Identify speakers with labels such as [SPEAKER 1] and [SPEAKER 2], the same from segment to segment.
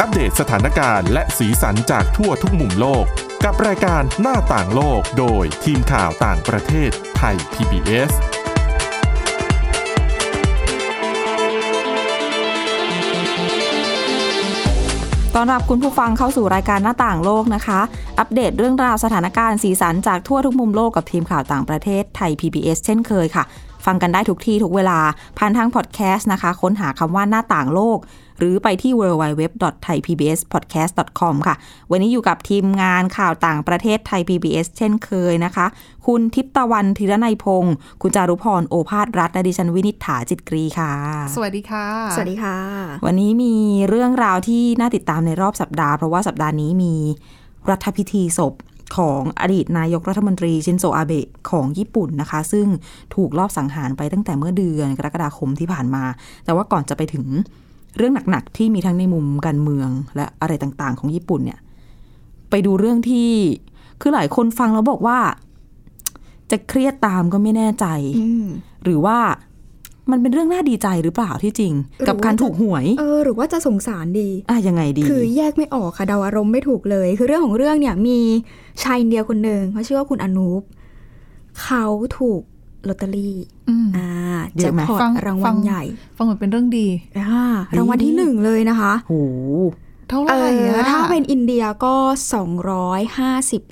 [SPEAKER 1] อัปเดตสถานการณ์และสีสันจากทั่วทุกมุมโลก กับรายการหน้าต่างโลกโดยทีมข่าวต่างประเทศไทย PBS
[SPEAKER 2] ต้อนรับคุณผู้ฟังเข้าสู่รายการหน้าต่างโลกนะคะ อัปเดตเรื่องราวสถานการณ์สีสันจากทั่วทุกมุมโลกกับทีมข่าวต่างประเทศไทย PBS เช่นเคยค่ะ ฟังกันได้ทุกที่ทุกเวลา ผ่านทางพอดแคสต์นะคะ ค้นหาคำว่าหน้าต่างโลก หรือไปที่ www.thaipbspodcast.com ค่ะ วันนี้อยู่กับทีมงานข่าวต่างประเทศไทย PBS เช่นเคยนะคะ คุณทิพย์ตะวันธีรนัยพงศ์คุณจารุพรโอภาสรัฐและดิฉันวินิษฐาจิตกรีค่ะ
[SPEAKER 3] สวัสดีค่ะ
[SPEAKER 4] สวัสดีค่ะ
[SPEAKER 2] วันนี้มีเรื่องราวที่น่าติดตามในรอบสัปดาห์ เพราะว่าสัปดาห์นี้มีรัฐพิธีศพของอดีตนายกรัฐมนตรีชินโซอาเบะของญี่ปุ่นนะคะ ซึ่งถูกลอบสังหารไปตั้งแต่เมื่อเดือนกรกฎาคมที่ผ่านมา แต่ว่าก่อนจะไปถึงเรื่องหนัก ๆ ที่มีทั้งในมุมการเมืองและอะไรต่างๆ ของญี่ปุ่นเนี่ย ไปดูเรื่องที่คือหลายคนฟังแล้วบอกว่า จะเครียดตามก็ไม่แน่ใจ
[SPEAKER 4] อืม
[SPEAKER 2] หรือว่ามันเป็นเรื่องน่าดีใจหรือเปล่าที่จริง กับการถูกหวย
[SPEAKER 4] เออ หรือว่าจะสงสารดี
[SPEAKER 2] อ่ะยังไงดี
[SPEAKER 4] คือแยกไม่ออกค่ะเดาอารมณ์ไม่ถูกเลย คือเรื่องของเรื่องเนี่ยมีชายอินเดียคนหนึ่งเขาชื่อว่าคุณอนูปเขาถูกลอตเตอรี่ อ่า
[SPEAKER 2] เย
[SPEAKER 4] แจ็
[SPEAKER 2] อะ
[SPEAKER 4] ค
[SPEAKER 2] ไหม
[SPEAKER 4] พอต
[SPEAKER 3] ฟัง
[SPEAKER 4] รางวั
[SPEAKER 3] ฟั
[SPEAKER 4] ล
[SPEAKER 3] ง
[SPEAKER 4] ใหญ่
[SPEAKER 3] ฟังเหมือนเป็นเรื่องดี
[SPEAKER 4] อ่ารางวัลที่หนึ่งเลยนะคะ
[SPEAKER 2] โห
[SPEAKER 3] เท่าไห
[SPEAKER 4] เอ
[SPEAKER 3] ร่
[SPEAKER 4] อ
[SPEAKER 3] อะ
[SPEAKER 4] ถ้าเป็นอินเดียก็ 250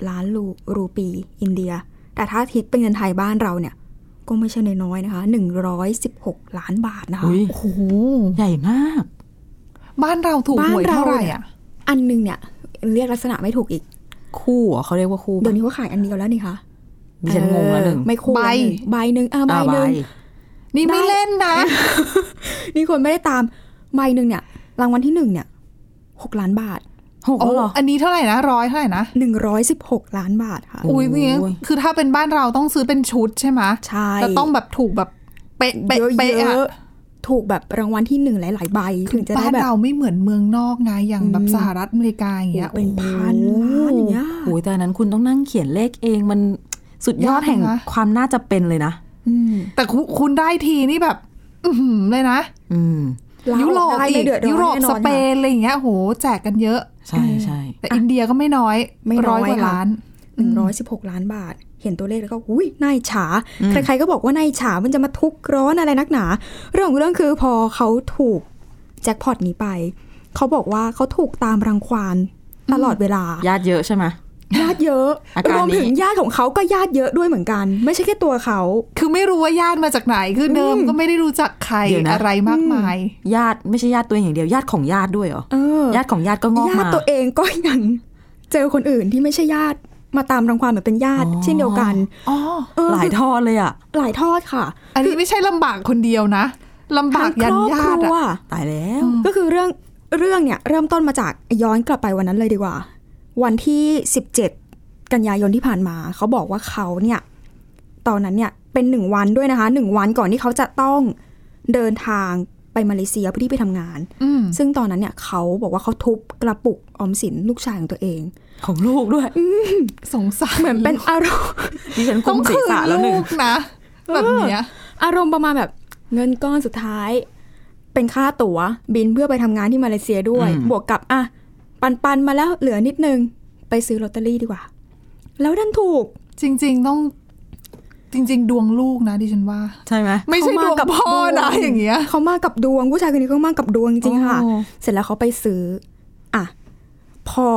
[SPEAKER 4] ล้านรูรูปีอินเดีย แต่ถ้าคิดเป็นเงินไทยบ้านเราเนี่ย ก็ไม่ใช่น้อยๆนะคะ 116 ล้านบาทนะคะ
[SPEAKER 2] อุ๊ย
[SPEAKER 3] โอ้โห
[SPEAKER 2] ใหญ่มาก
[SPEAKER 3] บ้านเราถูกหวย
[SPEAKER 4] บ้านเรา
[SPEAKER 3] เท่าไหร่อ่ะ
[SPEAKER 4] อันหนึงเนี่ยเรียกลักษณะไม่ถูกอีก
[SPEAKER 2] คู่เหรอเขาเรียกว่าคู่ปะ
[SPEAKER 4] เดี๋ยวนี้ก็ขายอันเดียวแล้วนี่คะ
[SPEAKER 2] ดิฉันงงแล้วหนึ่ง
[SPEAKER 4] เออไม่คู่
[SPEAKER 3] ใบ
[SPEAKER 4] ละหนึ่งใบหนึ่งอ่าใบ
[SPEAKER 2] อ่ะ
[SPEAKER 4] หนึ่ง
[SPEAKER 3] นี่ไม่
[SPEAKER 4] ได้
[SPEAKER 3] เล่นนะ
[SPEAKER 4] นี่คนไม่ได้ตามใบหนึ่งเนี่ยรางวัลที่หนึ่งเนี่ยหกล้านบาท
[SPEAKER 2] หก
[SPEAKER 3] โอ้
[SPEAKER 2] แล้วเหรอ
[SPEAKER 3] อันนี้เท่าไหร่นะร้อยเท่าไหร่นะ
[SPEAKER 4] หนึ่งร้อยสิบหกล้านบาทค่ะ
[SPEAKER 2] โอ้
[SPEAKER 3] อุ้ย
[SPEAKER 2] ย
[SPEAKER 3] เนี่ยคือถ้าเป็นบ้านเราต้องซื้อเป็นชุดใช่ไหม
[SPEAKER 4] ใช่
[SPEAKER 3] แต่ต้องแบบถูกแบบเป๊ะเป๊ะ
[SPEAKER 4] เยอะ
[SPEAKER 3] เป๊ะ
[SPEAKER 4] เย
[SPEAKER 3] อะ
[SPEAKER 4] อะถูกแบบรางวัลที่หนึ่งหลาย ๆ ใบถึงจะได้
[SPEAKER 3] บ้าน
[SPEAKER 4] แบบ
[SPEAKER 3] เราไม่เหมือนเมืองนอกไงอย่างแบบ
[SPEAKER 4] อืม
[SPEAKER 3] สหรัฐอเมริกาอย่างเงี้ย
[SPEAKER 4] เป็นพันล้านอย่างเงี้ย
[SPEAKER 2] โอ้ยแต่อันนั้นคุณต้องนั่งเขียนเลขเองมันสุดยอด
[SPEAKER 3] ยากนะ
[SPEAKER 2] แห่งความน่าจะเป็นเลยนะ
[SPEAKER 4] อืม
[SPEAKER 3] แต่คุณคุณได้ทีนี่แบบ อื้อหือเลยนะ
[SPEAKER 2] อืม
[SPEAKER 4] า
[SPEAKER 3] ยุโรป
[SPEAKER 4] ได้
[SPEAKER 3] อี
[SPEAKER 4] ไม่
[SPEAKER 3] ก
[SPEAKER 4] เดือดร้อน
[SPEAKER 3] ยุโรป
[SPEAKER 4] แน่นอน
[SPEAKER 3] สเปน
[SPEAKER 4] ค่ะ
[SPEAKER 3] อะไรอย่างเงี้ยโหแจกกันเยอะ
[SPEAKER 2] ใช่ใช่
[SPEAKER 3] แต่อินเดียก็ไม่น้อย
[SPEAKER 4] ไม่น้
[SPEAKER 3] ร้
[SPEAKER 4] อ
[SPEAKER 3] อย ยกว่า
[SPEAKER 4] ค่ะ
[SPEAKER 3] ล้าน
[SPEAKER 4] หนึ่งร้อยสิบหกล้านบาท เห็นตัวเลขแล้วก็อุ้ยนายฉา
[SPEAKER 2] อืม
[SPEAKER 4] ใครๆก็บอกว่านายฉามันจะมาทุกข์ร้อนอะไรนักหนา เรื่องของเรื่องคือพอเขาถูกแจ็คพอตนี้ไป เขาบอกว่าเขาถูกตามรังควานตลอดเวลา
[SPEAKER 2] ญาติเยอะใช่ไหม
[SPEAKER 4] ญาติเยอะ
[SPEAKER 2] อาการนี้
[SPEAKER 4] รวมถึงญาติของเขาก็ญาติเยอะด้วยเหมือนกัน ไม่ใช่แค่ตัวเขา
[SPEAKER 3] คือไม่รู้ว่าญาติมาจากไหน คือเดิมก็ไม่ได้รู้จักใคร
[SPEAKER 2] เดี๋ยวนะ
[SPEAKER 3] อะไรมากมาย
[SPEAKER 2] ญาติไม่ใช่ญาติตัวเองอย่างเดียวญาติของญาติด้วยเหรอ
[SPEAKER 4] เออ
[SPEAKER 2] ญาติของญาติก็งอก
[SPEAKER 4] ญา
[SPEAKER 2] มา
[SPEAKER 4] ติตัวเองก็ยังเจอคนอื่นที่ไม่ใช่ญาติมาตามรังควานเหมือนเป็นญาติ
[SPEAKER 2] อ๋อ
[SPEAKER 4] เช่นเดียวกัน
[SPEAKER 3] อ๋อ
[SPEAKER 4] เออ
[SPEAKER 2] หลายทอดเลยอ่ะ
[SPEAKER 4] หลายทอดค่ะ
[SPEAKER 3] อันนี้ไม่ใช่ลำบากคนเดียวนะลำบาก
[SPEAKER 4] ทั้ง
[SPEAKER 3] ยัน
[SPEAKER 4] คร
[SPEAKER 3] ญา
[SPEAKER 4] อบ
[SPEAKER 3] ติ
[SPEAKER 4] ครัว
[SPEAKER 3] อะ
[SPEAKER 2] ตายแล้ว
[SPEAKER 3] อืม
[SPEAKER 4] ก็คือเรื่องเรื่องเนี่ยเริ่มต้นมาจากย้อนกลับไปวันนั้นเลยดีกว่า วันที่ 17 กันยายนที่ผ่านมา เขาบอกว่าเขาเนี่ยตอนนั้นเนี่ยเป็นหนึ่งวันด้วยนะคะหนึ่งวันก่อนที่เขาจะต้องเดินทางไปมาเลเซียเพื่อที่ไปทำงาน
[SPEAKER 3] อืม
[SPEAKER 4] ซึ่งตอนนั้นเนี่ยเขาบอกว่าเขาทุบกระปุกออมสินลูกชายของตัวเอง
[SPEAKER 2] ของลูกด้วย
[SPEAKER 3] สงสาร
[SPEAKER 4] เหมือนเป็นอารมณ์
[SPEAKER 2] ดิฉัน
[SPEAKER 3] ต้
[SPEAKER 2] กุ
[SPEAKER 3] อ
[SPEAKER 2] ม
[SPEAKER 3] ง
[SPEAKER 2] ศีร
[SPEAKER 3] คืน
[SPEAKER 2] ษะแล้วหนึ่
[SPEAKER 3] ลู
[SPEAKER 2] ง
[SPEAKER 3] กนะแบบเนี้ย
[SPEAKER 4] อารมณ์ประมาณแบบเงินก้อนสุดท้าย เป็นค่าตั๋วบินเพื่อไปทำงานที่มาเลเซียด้วย บวกกับอ่ะปันปันๆมาแล้วเหลือนิดนึง ไปซื้อลอตเตอรี่ดีกว่า แล้วดันถูก
[SPEAKER 3] จริง ๆ ต้อง จริง ๆ ดวงลูกนะดิฉันว่า
[SPEAKER 2] ใช่ไหม
[SPEAKER 3] ไม่ใช่ดวง
[SPEAKER 4] เขามากับ
[SPEAKER 3] พ่อนะ
[SPEAKER 4] ดวง
[SPEAKER 3] อย่างเงี้ย
[SPEAKER 4] เขามากับดวงผู้ชายคนนี้เขามากับดวงจริงๆค่ะ
[SPEAKER 3] โอ้
[SPEAKER 4] เสร็จแล้วเขาไปซื้ออ่ะพอ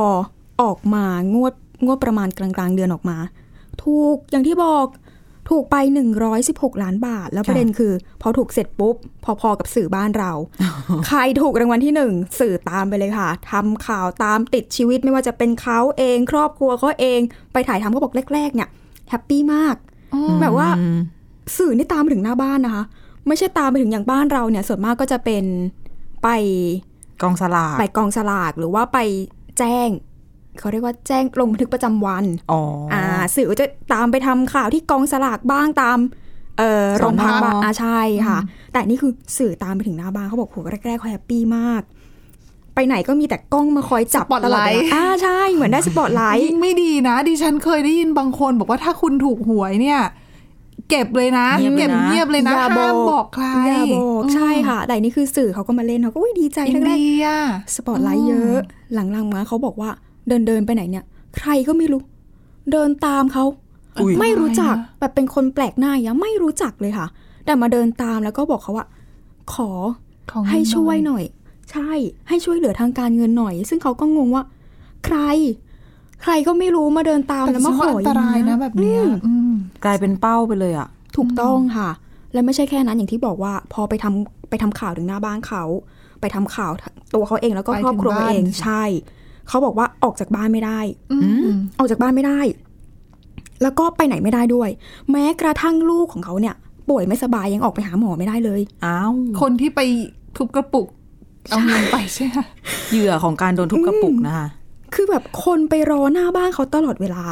[SPEAKER 4] ออกมางวดงวดประมาณกลางๆ เดือนออกมา ถูกอย่างที่บอกถูกไป 116 ล้านบาท แล้ว
[SPEAKER 2] ค่ะ
[SPEAKER 4] ประเด็นคือ พอถูกเสร็จปุ๊บ พอๆกับสื่อบ้านเรา ใครถูกรางวัลที่หนึ่งสื่อตามไปเลยค่ะทำข่าวตามติดชีวิตไม่ว่าจะเป็นเขาเอง ครอบครัวเขาเองไปถ่ายทำเขาบอกแรก ๆ เนี่ยแฮปปี้มาก
[SPEAKER 3] อืม
[SPEAKER 4] แบบว่า
[SPEAKER 2] อืม
[SPEAKER 4] สื่อนี่ตามไปถึงหน้าบ้านนะคะ ไม่ใช่ตามไปถึงอย่างบ้านเราเนี่ย ส่วนมากก็จะเป็นไป
[SPEAKER 2] กองสลาก
[SPEAKER 4] ไปกองสลากหรือว่าไปแจ้ง เขาเรียกว่าแจ้งลงบันทึกประจำวัน
[SPEAKER 2] อ๋ออ
[SPEAKER 4] ่าสื่อก็จะตามไปทำข่าวที่กองสลากบ้างตามเอ่อ
[SPEAKER 2] ส
[SPEAKER 4] โร
[SPEAKER 2] องนอ
[SPEAKER 4] พักบ้างอ่าใช่ค่ะ แต่นี่คือสื่อตามไปถึงหน้าบ้านเขาบอกโหแรกๆเขาแฮปปี้มาก ไปไหนก็มีแต่กล้องมาคอยจับ
[SPEAKER 3] สปอต
[SPEAKER 4] ตลอดเว
[SPEAKER 3] ไลท์
[SPEAKER 4] ลาอ่าใช่เหมือนได้สปอตไลท์
[SPEAKER 3] ยิ่งไม่ดีนะ ดิฉันเคยได้ยินบางคนบอกว่าถ้าคุณถูกหวยเนี่ย เก็บเลยนะ
[SPEAKER 2] เงียบเลยนะ
[SPEAKER 3] เงียบเลยนะ
[SPEAKER 4] อย่า
[SPEAKER 3] ห้ามบอกใคร
[SPEAKER 4] อย่าบอกใช่ค่ะ แต่อันนี่คือสื่อเขาก็มาเล่นเขาก็อุ๊ยดีใจ
[SPEAKER 3] อิน
[SPEAKER 4] แรก
[SPEAKER 3] เดีย
[SPEAKER 4] ๆสปอตไลท์เยอะ หลังๆมาเขาบอกว่าเดินเดินๆไปไหนเนี่ย ใครก็ไม่รู้ เดินตามเขา
[SPEAKER 2] อุ๊ย
[SPEAKER 4] ไม่รู้จัก
[SPEAKER 3] ทำไมนะ
[SPEAKER 4] แบบเป็นคนแปลกหน้าอย่างเงี้ยไม่รู้จักเลยค่ะ แต่มาเดินตามแล้วก็บอกเขาว่า ขอ
[SPEAKER 3] ของ
[SPEAKER 4] ให้ช่วย
[SPEAKER 3] เงิน
[SPEAKER 4] หน่อย ใช่ให้ช่วยเหลือทางการเงินหน่อย ซึ่งเขาก็งงว่า ใคร ใครก็ไม่รู้มาเดินตาม
[SPEAKER 3] แต่
[SPEAKER 4] แล้ว
[SPEAKER 3] ฉั
[SPEAKER 4] มาน ข
[SPEAKER 3] ว่า
[SPEAKER 4] อ
[SPEAKER 3] อัน
[SPEAKER 4] อ
[SPEAKER 3] ต
[SPEAKER 4] ย่าง
[SPEAKER 3] ราย
[SPEAKER 4] เงี้ย
[SPEAKER 3] นะแบบเนี้ยอืม
[SPEAKER 2] กลายเป็นเป้าไปเลยอ่ะ
[SPEAKER 4] ถูกต้องค่ะ และไม่ใช่แค่นั้นอย่างที่บอกว่า พอไปทำไปทำข่าวถึงหน้าบ้านเขา ไปทำข่าวตัวเขาเองแล้วก็
[SPEAKER 3] ไป
[SPEAKER 4] ครอบครัว
[SPEAKER 3] ถึงบ้าน
[SPEAKER 4] เองใช่ เขาบอกว่าออกจากบ้านไม่ได้
[SPEAKER 3] อืม
[SPEAKER 4] ออกจากบ้านไม่ได้ แล้วก็ไปไหนไม่ได้ด้วย แม้กระทั่งลูกของเขาเนี่ย ป่วยไม่สบายยังออกไปหาหมอไม่ได้เลย
[SPEAKER 2] อ้าว
[SPEAKER 3] คนที่ไปทุบกระปุก เอาเงินไปใช่ไหม
[SPEAKER 2] เหยื่อของการโดนทุบกระปุกนะคะ
[SPEAKER 4] คือแบบคนไปรอหน้าบ้านเขาตลอดเวลา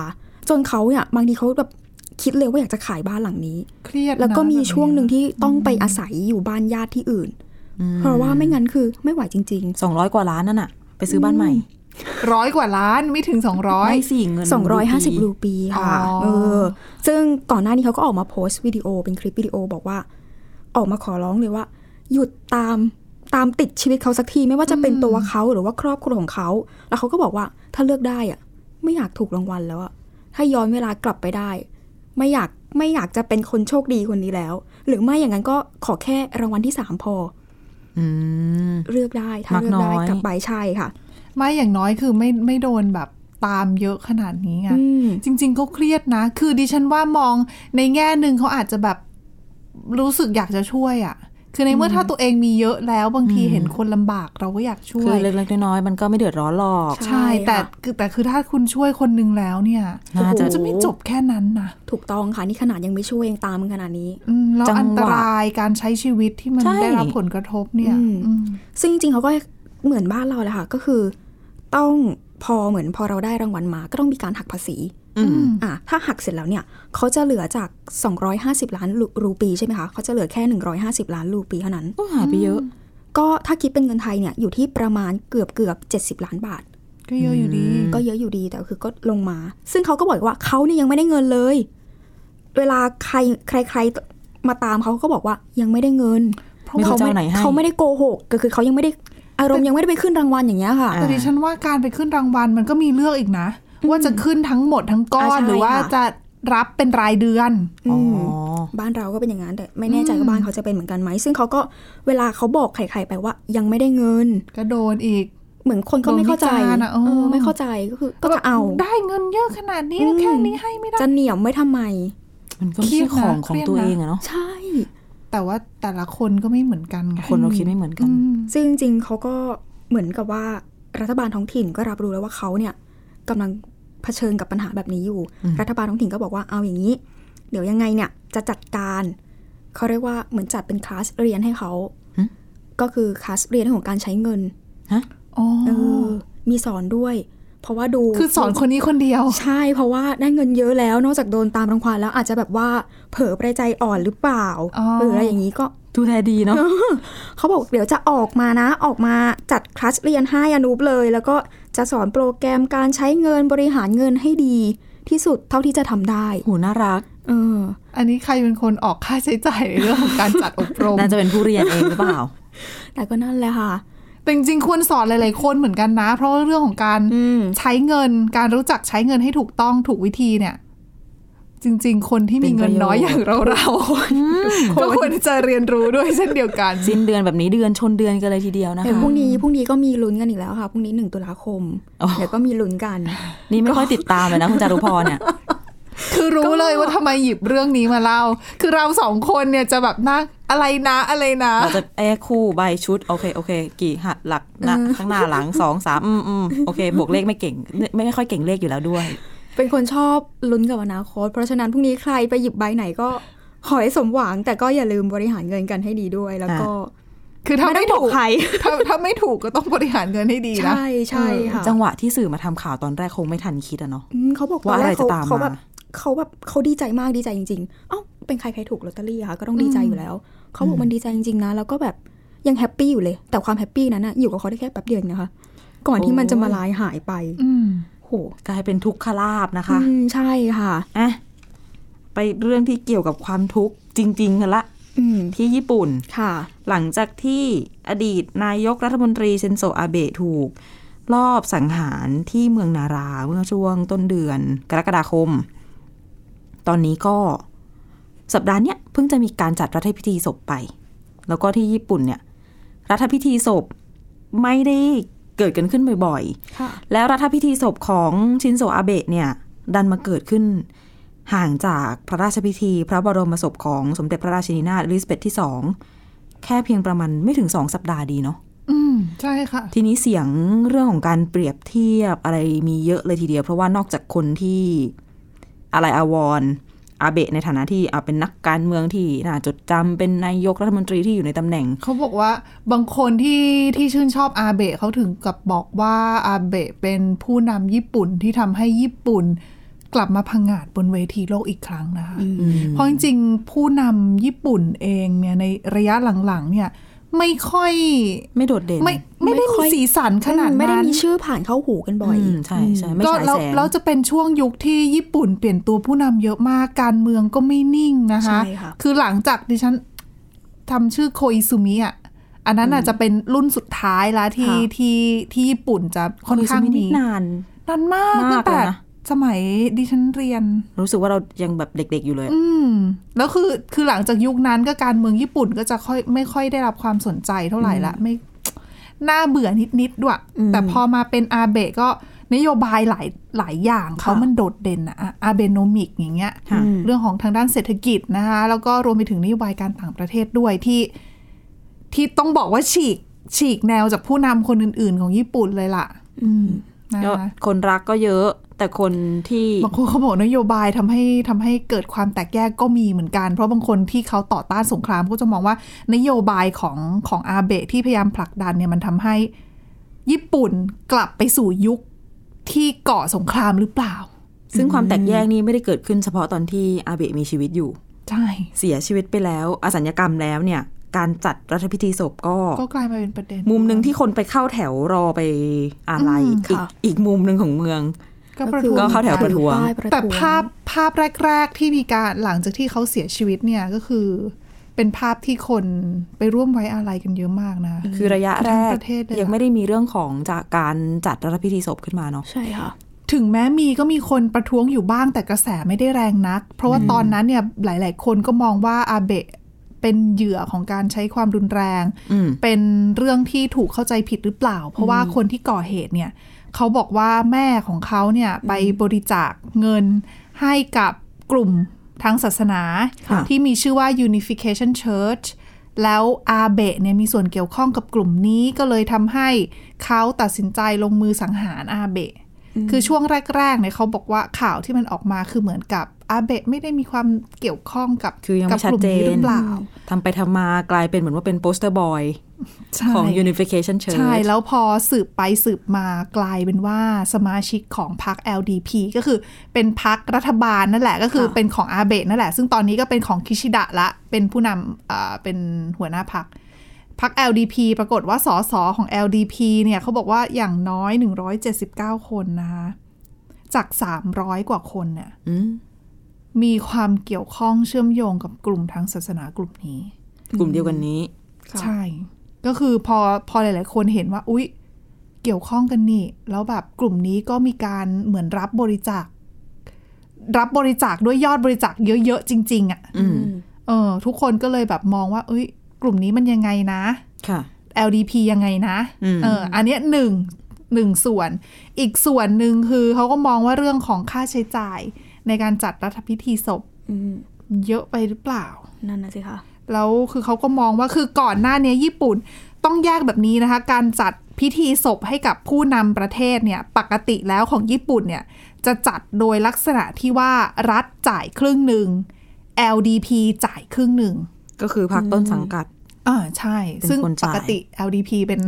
[SPEAKER 4] จนเขาเนี่ยบางทีเขาแบบคิดเลยว่าอยากจะขายบ้านหลังนี้
[SPEAKER 3] เครียดนะ
[SPEAKER 4] แล้วก็มี
[SPEAKER 3] บบเย
[SPEAKER 4] ช่วงหนึ่งที่ต้องไปอาศัยอยู่บ้านญาติที่อื่น เพราะว่าไม่งั้นคือไม่ไหวจริง
[SPEAKER 2] สองร้อยกว่าล้านนั่นอ่ะ ไปซื้อบ้านใหม่
[SPEAKER 3] ร้อยกว่าล้านไม่ถึงสองร้อย
[SPEAKER 2] ไม่สี่เงิน
[SPEAKER 4] ๆ 250 รูปีค่ะ
[SPEAKER 3] อ๋อ
[SPEAKER 4] เออซึ่งก่อนหน้านี้เขาก็ออกมาโพสต์วิดีโอเป็นคลิปวิดีโอบอกว่า ออกมาขอร้องเลยว่า หยุดตามตามติดชีวิตเขาสักทีไม่ว่าจะเป็นตัวเขาหรือว่าครอบครัวของเขา แล้วเขาก็บอกว่าถ้าเลือกได้อะไม่อยากถูกรางวัลแล้วอะถ้าย้อนเวลากลับไปได้ ไม่อยากไม่อยากจะเป็นคนโชคดีคนนี้แล้ว หรือไม่อย่างนั้นก็ขอแค่รางวัลที่สามพอ
[SPEAKER 2] อืม
[SPEAKER 4] เลือกได้ถ้า
[SPEAKER 2] มัก
[SPEAKER 4] เลือกได้
[SPEAKER 2] น้อย
[SPEAKER 4] กลับไปใช่ค่ะ
[SPEAKER 3] ไม่อย่างน้อยคือไม่ไม่โดนแบบตามเยอะขนาดนี้ไง
[SPEAKER 4] อืม
[SPEAKER 3] จริงๆเขาเครียดนะ คือดิฉันว่ามองในแง่หนึ่งเขาอาจจะแบบรู้สึกอยากจะช่วยอะ่ะ คือในเมื่อถ้าตัวเองมีเยอะแล้วบางทีเห็นคนลำบากเราก็อยากช่ว
[SPEAKER 2] คื
[SPEAKER 3] ย
[SPEAKER 2] อเล็กๆน้อยๆมันก็ไม่เดือดร้อนหรอก
[SPEAKER 4] ใช่
[SPEAKER 3] ใช่ แต่
[SPEAKER 4] ค่ะ
[SPEAKER 3] คือแต่คือถ้าคุณช่วยคนหนึงแล้วเนี่ย
[SPEAKER 2] น่าจะ
[SPEAKER 3] มันจะไม่จบแค่นั้นนะ
[SPEAKER 4] ถูกต้องค่ะนี่ขนาดยังไม่ช่วยยังตามมันขนาดนี้
[SPEAKER 3] อืมแล้ว
[SPEAKER 2] จังหวะ
[SPEAKER 3] อันตรายการใช้ชีวิตที่มัน
[SPEAKER 2] ใช่
[SPEAKER 3] ได้รับผลกระทบเนี่ย
[SPEAKER 4] อืม
[SPEAKER 3] อืม
[SPEAKER 4] ซึ่งจริงๆเขาก็เหมือนบ้านเราแหละค่ะ ก็คือ ต้องพอเหมือนพอเราได้รางวัลมา ก็ต้องมีการหักภาษี
[SPEAKER 2] อืม
[SPEAKER 4] อ่ะถ้าหักเสร็จแล้วเนี่ยเขาจะเหลือจาก 250 ล้านรูปีใช่ไหมคะเขาจะเหลือแค่ 150 ล้านรูปีเท่านั้น
[SPEAKER 2] ก็หายไปเยอะ
[SPEAKER 4] ก็ถ้าคิดเป็นเงินไทยเนี่ยอยู่ที่ประมาณเกือบเกือบ70 ล้านบาท
[SPEAKER 3] ก็เยอะอยู่ดี
[SPEAKER 4] ก็เยอะอยู่ดีแต่คือก็ลงมา ซึ่งเขาก็บอกว่าเขาเนี่ยยังไม่ได้เงินเลย เวลาใครใครใครมาตามเขาก็บอกว่ายังไม่ได้เงิน
[SPEAKER 2] ไม่รู้จะเอาไหนให้
[SPEAKER 4] เขาไม่ได้โกหกก็คือเขายังไม่ได้อารมณ์ยังไม่ได้ไปขึ้นรางวัลอย่างเงี้ยค่ะ
[SPEAKER 2] อ่ะ
[SPEAKER 3] แต่ดิฉันว่าการไปขึ้นรางวัลมันก็มีเลือกอีกนะ ว่าจะขึ้นทั้งหมดทั้งก้อน
[SPEAKER 4] อ่ะใช่
[SPEAKER 3] หรือว่า
[SPEAKER 4] ค่ะ
[SPEAKER 3] จะรับเป็นรายเดือน
[SPEAKER 2] อ๋อ
[SPEAKER 4] มบ้านเราก็เป็นอย่างนั้นแต่ไม่แน่ใจว่าบ้านเขาจะเป็นเหมือนกันไหมซึ่งเขาก็เวลาเขาบอกใครๆไปว่ายังไม่ได้เงิน
[SPEAKER 3] ก็โดนอีก
[SPEAKER 4] เหมือนคนก็ไม่เข้าใจ
[SPEAKER 3] โดนวิจารณ์อะเออ
[SPEAKER 4] เออไม่เข้าใจก็คือก็จะเอา
[SPEAKER 3] ได้เงินเยอะขนาดนี้
[SPEAKER 4] อืม
[SPEAKER 3] แค่นี้ให้ไม่ได้
[SPEAKER 4] จะเหนี่ยวไม่ทำไม
[SPEAKER 2] มันก็ไม่
[SPEAKER 3] เครีย
[SPEAKER 2] ใช่
[SPEAKER 3] ดนะ
[SPEAKER 2] ของของ
[SPEAKER 3] เครียด
[SPEAKER 2] ตัว
[SPEAKER 3] นะ
[SPEAKER 2] เองอะเนาะ
[SPEAKER 4] ใช่
[SPEAKER 3] แต่ว่าแต่ละคนก็ไม่เหมือนกันไง
[SPEAKER 2] คนเราคิดไม่เหมือนกั
[SPEAKER 3] อื
[SPEAKER 2] น
[SPEAKER 3] ม
[SPEAKER 4] ซึ่งจริงๆเขาก็เหมือนกับว่ารัฐบาลท้องถิ่นก็รับรู้แล้วว่าเขาเนี่ยกำลังเผชิญกับปัญหาแบบนี้อยู่
[SPEAKER 2] อืม
[SPEAKER 4] รัฐบาลท้องถิ่นก็บอกว่าเอาอย่างนี้ เดี๋ยวยังไงเนี่ยจะจัดการเขาเรียกว่าเหมือนจัดเป็นคลาสเรียนให้เขาก็คือคลาสเรียนเรื่องของการใช้เงิน
[SPEAKER 3] อ๋อ
[SPEAKER 4] เออมีสอนด้วย เพราะว่าดู
[SPEAKER 3] คือสอนคนนี้คนเดียว
[SPEAKER 4] ใช่เพราะว่าได้เงินเยอะแล้ว นอกจากโดนตามรังควานแล้วอาจจะแบบว่าเผลอไปใจอ่อนหรือเปล่า
[SPEAKER 3] อ๋อ
[SPEAKER 4] หรืออะไรอย่างนี้ก็
[SPEAKER 2] ดูแลดีเนาะ
[SPEAKER 4] เขาบอกเดี๋ยวจะออกมานะออกมาจัดคลาสเรียนให้อนุบเลย แล้วก็จะสอนโปรแกรมการใช้เงินบริหารเงินให้ดีที่สุดเท่าที่จะทำได้
[SPEAKER 2] หูน่ารัก
[SPEAKER 4] เออ
[SPEAKER 3] อันนี้ใครเป็นคนออกค่าใช้จ่ายในเรื่องของการจัดอบรม
[SPEAKER 2] น่าจะเป็นผู้เรียนเองหรือเปล่า
[SPEAKER 4] แต่ก็นั่นแหละค่ะ
[SPEAKER 3] แต่จริงๆควรสอนหลายๆคนเหมือนกันนะ เพราะว่าเรื่องของการ
[SPEAKER 4] อืม
[SPEAKER 3] ใช้เงินการรู้จักใช้เงินให้ถูกต้องถูกวิธีเนี่ย จริง ๆ คนที่มีเงินน้อยอย่างเราเราๆก็ควรจะเรียนรู้ด้วยเช่นเดียวกัน
[SPEAKER 2] สิ้นเดือนแบบนี้เดือนชนเดือนกันเลยทีเดียวนะ
[SPEAKER 4] เดี๋ยว
[SPEAKER 2] คะ
[SPEAKER 4] พรุ่งนี้พรุ่งนี้ก็มีลุ้นกันอีกแล้วค่ะพรุ่งนี้หนึ่งตุลาคม
[SPEAKER 2] อ๋อ
[SPEAKER 4] เดี๋ยวก็มีลุ้นกัน
[SPEAKER 2] นี่ไม่ค่อยติดตามเลยนะคุณจารุพรเนี่ย
[SPEAKER 3] คือรู้เลยว่าทำไมหยิบเรื่องนี้มาเล่า คือเราสองคนเนี่ยจะแบบนั่งอะไรนะอะไรนะ
[SPEAKER 2] เราจะแอร์คู่ใบชุด โอเคโอเค กี่หัดหลักหนะข้างหน้าหลังสองสามอืมอืมโอเค บวกเลขไม่เก่ง ไม่ไม่ค่อยเก่งเลขอยู่แล้วด้วย
[SPEAKER 4] เป็นคนชอบลุ้นกับอนาคต เพราะฉะนั้นพรุ่งนี้ใครไปหยิบใบไหนก็ขอให้สมหวัง แต่ก็อย่าลืมบริหารเงินกันให้ดีด้วยแล้วก็
[SPEAKER 3] คือถ้า
[SPEAKER 4] ไม่ต้อ
[SPEAKER 3] ไม่
[SPEAKER 4] งบอ
[SPEAKER 3] ถู
[SPEAKER 4] ก
[SPEAKER 3] ก
[SPEAKER 4] ใคร
[SPEAKER 3] ถ้าถ้าไม่ถูกก็ต้องบริหารเงินให้ดีนะ
[SPEAKER 4] ใช่ใช่ค่ะ
[SPEAKER 2] จังหวะที่สื่อมาทำข่าวตอนแรกคงไม่ทันคิดอะเนาะ
[SPEAKER 4] อืมเขาบอก
[SPEAKER 2] ว่าอะไร
[SPEAKER 4] เข
[SPEAKER 2] จะตาม
[SPEAKER 4] เขาแบบ
[SPEAKER 2] มา
[SPEAKER 4] เขาแบบเขาดีใจมากดีใจจริงๆ เอ้าเป็นใครใครถูกลอตเตอรี่อะค่ะก็ต้องดีใจอยู่แล้ว เขาบอกมันดีใจจริงๆนะ แล้วก็แบบยังแฮปปี้อยู่เลย แต่ความแฮปปี้นั้นอะอยู่กับเขาได้แค่แป๊บเดียวเองนะคะ ก่อนที่มันจะมาลายหายไป
[SPEAKER 3] อืม
[SPEAKER 4] โห
[SPEAKER 2] กลายเป็นทุกขลาบนะคะ
[SPEAKER 4] อืมใช่ค่ะ
[SPEAKER 2] อ่ะ ไป เรื่องที่เกี่ยวกับความทุกข์จริง ๆ กันละ
[SPEAKER 4] อืม
[SPEAKER 2] ที่ญี่ปุ่น
[SPEAKER 4] ค่ะ
[SPEAKER 2] หลังจากที่อดีตนายกรัฐมนตรีเชนโซอาเบะถูก ลอบสังหารที่เมืองนาราเมื่อช่วงต้นเดือนกรกฎาคม ตอนนี้ก็สัปดาห์เนี้ยเพิ่งจะมีการจัดรัฐพิธีศพไป แล้วก็ที่ญี่ปุ่นเนี่ยรัฐพิธีศพไม่ได้เกิดกันขึ้นบ่อย
[SPEAKER 4] ค่ะ
[SPEAKER 2] ๆ แล้วรัฐพิธีศพของชินโซอาเบะเนี่ยดันมาเกิดขึ้น ห่างจากพระราชพิธี พระบรมศพของสมเด็จพระราชินีนาถอลิซาเบธที่สองแค่เพียงประมาณไม่ถึงสองสัปดาห์ดีเนาะ
[SPEAKER 3] อืมใช่ค่ะ
[SPEAKER 2] ทีนี้เสียงเรื่องของการเปรียบเทียบอะไรมีเยอะเลยทีเดียว เพราะว่านอกจากคนที่อะไรอาวรณ์อาเบะในฐานะที่อ่ะเป็นนักการเมืองที่น่าจดจำเป็นนายกรัฐมนตรีที่อยู่ในตำแหน่ง
[SPEAKER 3] เขาบอกว่าบางคนที่ที่ชื่นชอบอาเบะเขาถึงกับบอกว่าอาเบะเป็นผู้นำญี่ปุ่นที่ทำให้ญี่ปุ่น กลับมาพังงาดบนเวทีโลกอีกครั้งนะคะเพราะจริงๆผู้นำญี่ปุ่นเองเนี่ยในระยะหลังๆเนี่ยไม่ค่อย
[SPEAKER 2] ไม่โดดเด่น
[SPEAKER 3] ไม่ไม่ได้
[SPEAKER 4] ไม่
[SPEAKER 3] มี
[SPEAKER 4] ค่อย
[SPEAKER 3] สีสันขนาด
[SPEAKER 4] ไม่ได้
[SPEAKER 3] นั้น
[SPEAKER 4] มีชื่อผ่านเข้าหูกันบ่
[SPEAKER 2] บ่
[SPEAKER 4] อ
[SPEAKER 2] อย ยใช่ใช่ไม่
[SPEAKER 3] ก็
[SPEAKER 2] ฉาย
[SPEAKER 3] แล้ว
[SPEAKER 2] แสง
[SPEAKER 3] แล้วจะเป็นช่วงยุคที่ญี่ปุ่นเปลี่ยนตัวผู้นำเยอะมากการเมืองก็ไม่นิ่งนะคะ
[SPEAKER 4] ใช่ค่ะ
[SPEAKER 3] คือหลังจากดิฉันทำชื่อโคอิซุมิอ่ะ อันนั้นอาจจะเป็นรุ่นสุดท้ายละที่
[SPEAKER 4] ค่ะ
[SPEAKER 3] ที่ที่ญี่ปุ่นจะค่อนข้าง
[SPEAKER 2] ไม่ได้
[SPEAKER 3] มี
[SPEAKER 2] นาน
[SPEAKER 3] นานมาก
[SPEAKER 2] มาก
[SPEAKER 3] ตั้งแต่
[SPEAKER 2] เลยนะ
[SPEAKER 3] สมัยดิฉันเรียน
[SPEAKER 2] รู้สึกว่าเรายังแบบเด็ก ๆอยู่เลย
[SPEAKER 3] อืม แล้วคือคือหลังจากยุคนั้นก็การเมืองญี่ปุ่นก็จะค่อยไม่ค่อยได้รับความสนใจเท่าไหร่ละไม่น่าเบื่อนิดนิดๆด้วยแต่พอมาเป็นอาเบะก็นโยบายหลายหลายอย่างเขามันโดดเด่นอะอะอาเบโนมิกอย่างเงี้ย
[SPEAKER 2] ค่ะ
[SPEAKER 3] เรื่องของทางด้านเศรษฐกิจนะคะแล้วก็รวมไปถึงนโยบายการต่างประเทศด้วยที่ ที่ต้องบอกว่าฉีก ฉีกแนวจากผู้นำคนอื่น ๆ ของญี่ปุ่นเลยล่ะ
[SPEAKER 4] อืม
[SPEAKER 3] นะ
[SPEAKER 2] ก็
[SPEAKER 3] คะ
[SPEAKER 2] คนรักก็เยอะ แต่คนที่
[SPEAKER 3] บางคนเขาบอกนโยบายทำให้ทำให้เกิดความแตกแยกก็มีเหมือนกัน เพราะบางคนที่เขาต่อต้านสงครามก็จะมองว่านโยบายของของอาเบะที่พยายามผลักดันเนี่ยมันทำให้ ญี่ปุ่นกลับไปสู่ยุคที่ก่อสงครามหรือเปล่า
[SPEAKER 2] ซึ่งความแตกแยกนี้ไม่ได้เกิดขึ้นเฉพาะตอนที่อาเบะมีชีวิตอยู่
[SPEAKER 3] ใช่
[SPEAKER 2] เสียชีวิตไปแล้วอสัญญกรรมแล้วเนี่ย การจัดรัฐพิธีศพก็
[SPEAKER 3] ก็กลายมาเป็นประเด็น
[SPEAKER 2] มุมหนึ่งที่คนไปเข้าแถวรอไปอะไร
[SPEAKER 3] อืม
[SPEAKER 2] อีก
[SPEAKER 4] ค่ะ
[SPEAKER 2] อีกมุมหนึ่งของเมือง
[SPEAKER 3] ก็ประท้วง
[SPEAKER 2] ก็เข้าแถวประท้วง
[SPEAKER 4] ใต้ประ
[SPEAKER 3] แต่ภาพภาพแรก ๆ ที่มีการหลังจากที่เขาเสียชีวิตเนี่ยก็คือ เป็นภาพที่คนไปร่วมไว้อาลัยกันเยอะมากนะ
[SPEAKER 2] คือระยะแร
[SPEAKER 3] ทั้ง
[SPEAKER 2] ก
[SPEAKER 3] ประเทศเลย
[SPEAKER 2] ยัง
[SPEAKER 3] ล่ะ
[SPEAKER 2] ไม่ได้มีเรื่องของจากการจัดรัฐพิธีศพขึ้นมาเนาะ
[SPEAKER 4] ใช่ค่ะ
[SPEAKER 3] ถึงแม้มีก็มีคนประท้วงอยู่บ้างแต่กระแสไม่ได้แรงนัก เพราะว่าตอนนั้นเนี่ยหลาย ๆ คนก็มองว่าอาเบะเป็นเหยื่อของการใช้ความรุนแรง
[SPEAKER 2] อืม
[SPEAKER 3] เป็นเรื่องที่ถูกเข้าใจผิดหรือเปล่า เพราะว่าคนที่ก่อเหตุเนี่ย เขาบอกว่าแม่ของเขาเนี่ยไปบริจาคเงินให้กับกลุ่มทางศาสนา
[SPEAKER 2] ค่ะ
[SPEAKER 3] ที่มีชื่อว่า Unification Church แล้วอาเบะเนี่ยมีส่วนเกี่ยวข้องกับกลุ่มนี้ก็เลยทำให้เขาตัดสินใจลงมือสังหารอาเบะ คือช่วงแรกๆเนี่ยเขาบอกว่าข่าวที่มันออกมาคือเหมือนกับอาเบะไม่ได้มีความเกี่ยวข้องกับ
[SPEAKER 2] คือยัง
[SPEAKER 3] กั
[SPEAKER 2] ไม่ชัด
[SPEAKER 3] กลุ่ม
[SPEAKER 2] เจ
[SPEAKER 3] นี้ห
[SPEAKER 2] น
[SPEAKER 3] รือเปล่า
[SPEAKER 2] ทำไปทำมากลายเป็นเหมือนว่าเป็นโปสเตอร์บอย
[SPEAKER 3] ใช่
[SPEAKER 2] ของ Unification
[SPEAKER 3] ใช่
[SPEAKER 2] Church
[SPEAKER 3] แล้วพอสืบไปสืบมากลายเป็นว่าสมาชิกของพรรค LDP ก็คือเป็นพรรครัฐบาลนั่นแหละ ก็คือเป็นของอาเบะนั่นแหละ ซึ่งตอนนี้ก็เป็นของคิชิดะละ เป็นผู้นำเอ่อเป็นหัวหน้าพรรคพรรค LDP ปรากฏว่าสสของ LDP เนี่ยเขาบอกว่าอย่างน้อย 179 คนนะคะจาก 300 กว่าคนเนี่ย
[SPEAKER 2] อืม
[SPEAKER 3] มีความเกี่ยวข้องเชื่อมโยงกับกลุ่มทางศาสนากลุ่มนี้
[SPEAKER 2] กลุ่มเดียวกันนี้
[SPEAKER 4] ค่ะ
[SPEAKER 3] ใช่ ก็คือพอพอหลาย ๆ คนเห็นว่า อุ๊ย เกี่ยวข้องกันนี่ แล้วแบบกลุ่มนี้ก็มีการเหมือนรับบริจาค รับบริจาคด้วยยอดบริจาคเยอะ ๆ จริง ๆอะ่ะ
[SPEAKER 2] อืม
[SPEAKER 3] เออ ทุกคนก็เลยแบบมองว่า เอ้ย กลุ่มนี้มันยังไงนะ
[SPEAKER 2] ค่ะ
[SPEAKER 3] LDP ยังไงนะ
[SPEAKER 2] อืม
[SPEAKER 3] เออ อันเนี้ยหนึ่งหนึ่งส่วน อีกส่วนหนึ่งคือเขาก็มองว่าเรื่องของค่าใช้จ่าย ในการจัดรัฐพิธีศพ
[SPEAKER 4] อืม
[SPEAKER 3] เยอะไปหรือเปล่า
[SPEAKER 4] นั่นนะสิค่ะ
[SPEAKER 3] แล้วคือเขาก็มองว่าคือก่อนหน้าเนี้ยญี่ปุ่นต้องแยกแบบนี้นะคะ การจัดพิธีศพให้กับผู้นำประเทศเนี่ยปกติแล้วของญี่ปุ่นเนี่ยจะจัดโดยลักษณะที่ว่ารัฐจ่ายครึ่งหนึ่ง LDP จ่ายครึ่งหนึ่ง
[SPEAKER 2] ก็คือพักต้นสังกัด
[SPEAKER 3] อ่าใช่
[SPEAKER 2] เป็น
[SPEAKER 3] ซึ่ง
[SPEAKER 2] คน
[SPEAKER 3] ป
[SPEAKER 2] จ่าย
[SPEAKER 3] กติ LDP เป็น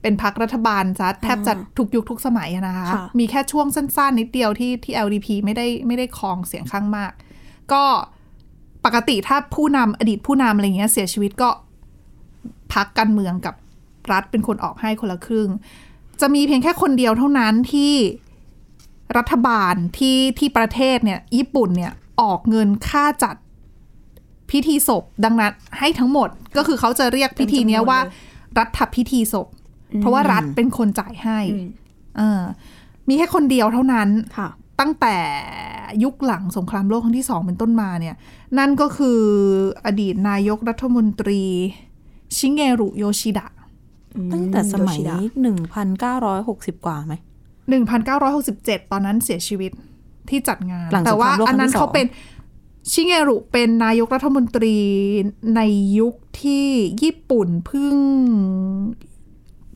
[SPEAKER 3] เป็นพักรัฐบาลจะแทบจะทุกยุคทุกสมัยอะนะคะ
[SPEAKER 4] ค่ะ
[SPEAKER 3] มีแค่ช่วงสั้นๆ นิดเดียวที่ที่ LDP ไม่ได้ไม่ได้ครองเสียงข้างมาก ก็ปกติถ้าผู้นำอดีตผู้นำอะไรเงี้ยเสียชีวิตก็พักการเมืองกับรัฐเป็นคนออกให้คนละครึ่ง จะมีเพียงแค่คนเดียวเท่านั้นที่รัฐบาลที่ที่ประเทศเนี่ยญี่ปุ่นเนี่ย ออกเงินค่าจัดพิธีศพดังนั้นให้ทั้งหมดก็คือเขาจะเรียกพิธีเนี้ยว่า รัฐพิธีศพ เพราะว่ารัฐเป็นคนจ่ายให้
[SPEAKER 4] อืม
[SPEAKER 3] เออมีแค่คนเดียวเท่านั้น
[SPEAKER 4] ค่ะ
[SPEAKER 3] ตั้งแต่ยุคหลังสงครามโลกครั้งที่สองเป็นต้นมาเนี่ย นั่นก็คืออดีตนายกรัฐมนตรี ชิเงรุโยชิดะ
[SPEAKER 2] ตั้งแต่สมัย
[SPEAKER 4] โยชิดะ
[SPEAKER 2] หนึ่งพันเก้าร้อยหกสิบกว่าไหม
[SPEAKER 3] 1967 ตอนนั้นเสียชีวิตที่จัดงาน
[SPEAKER 2] หลังสงคราม
[SPEAKER 3] แต่ว่า
[SPEAKER 2] โลกครั้
[SPEAKER 3] อั
[SPEAKER 2] งที่
[SPEAKER 3] นนั้นเขา
[SPEAKER 2] สอง
[SPEAKER 3] เป็นชิเงรุเป็นนายกรัฐมนตรีในยุคที่ญี่ปุ่นเพิ่ง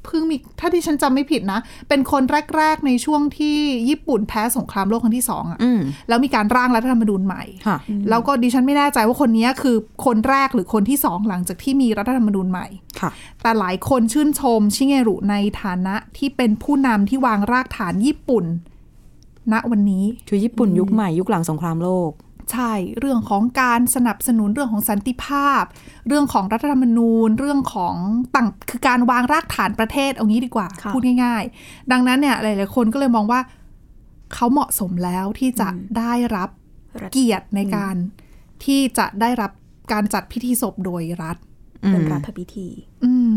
[SPEAKER 3] เพิ่งมีถ้าที่ฉันจำไม่ผิดนะ เป็นคนแรก ๆ ในช่วงที่ญี่ปุ่นแพ้สงครามโลกครั้งที่สองอะ
[SPEAKER 2] อืม
[SPEAKER 3] แล้วมีการร่างรัฐธรรมนูญใหม่
[SPEAKER 2] ค่ะ
[SPEAKER 3] แล้วก็ดิฉันไม่แน่ใจว่าคนนี้คือคนแรกหรือคนที่สองหลังจากที่มีรัฐธรรมนูญใหม่
[SPEAKER 2] ค่ะ
[SPEAKER 3] แต่หลายคนชื่นชมชิเงรุในฐานะที่เป็นผู้นำที่วางรากฐานญี่ปุ่น ณวันนี้
[SPEAKER 2] คือญี่ปุ่นยุคใหม่ยุคหลังสงครามโลก
[SPEAKER 3] ใช่เรื่องของการสนับสนุนเรื่องของสันติภาพ เรื่องของรัฐธรรมนูญ เรื่องของต่างคือการวางรากฐานประเทศเอางี้ดีกว่า
[SPEAKER 4] ค่ะ
[SPEAKER 3] พูดง่าย ๆ ดังนั้นเนี่ยหลายๆคนก็เลยมองว่า เขาเหมาะสมแล้วที่จะได้รับ
[SPEAKER 4] รัฐ
[SPEAKER 3] เกียรติในการที่จะได้รับการจัดพิธีศพโดยรัฐ
[SPEAKER 4] เป็นรัฐพิธี
[SPEAKER 3] อืม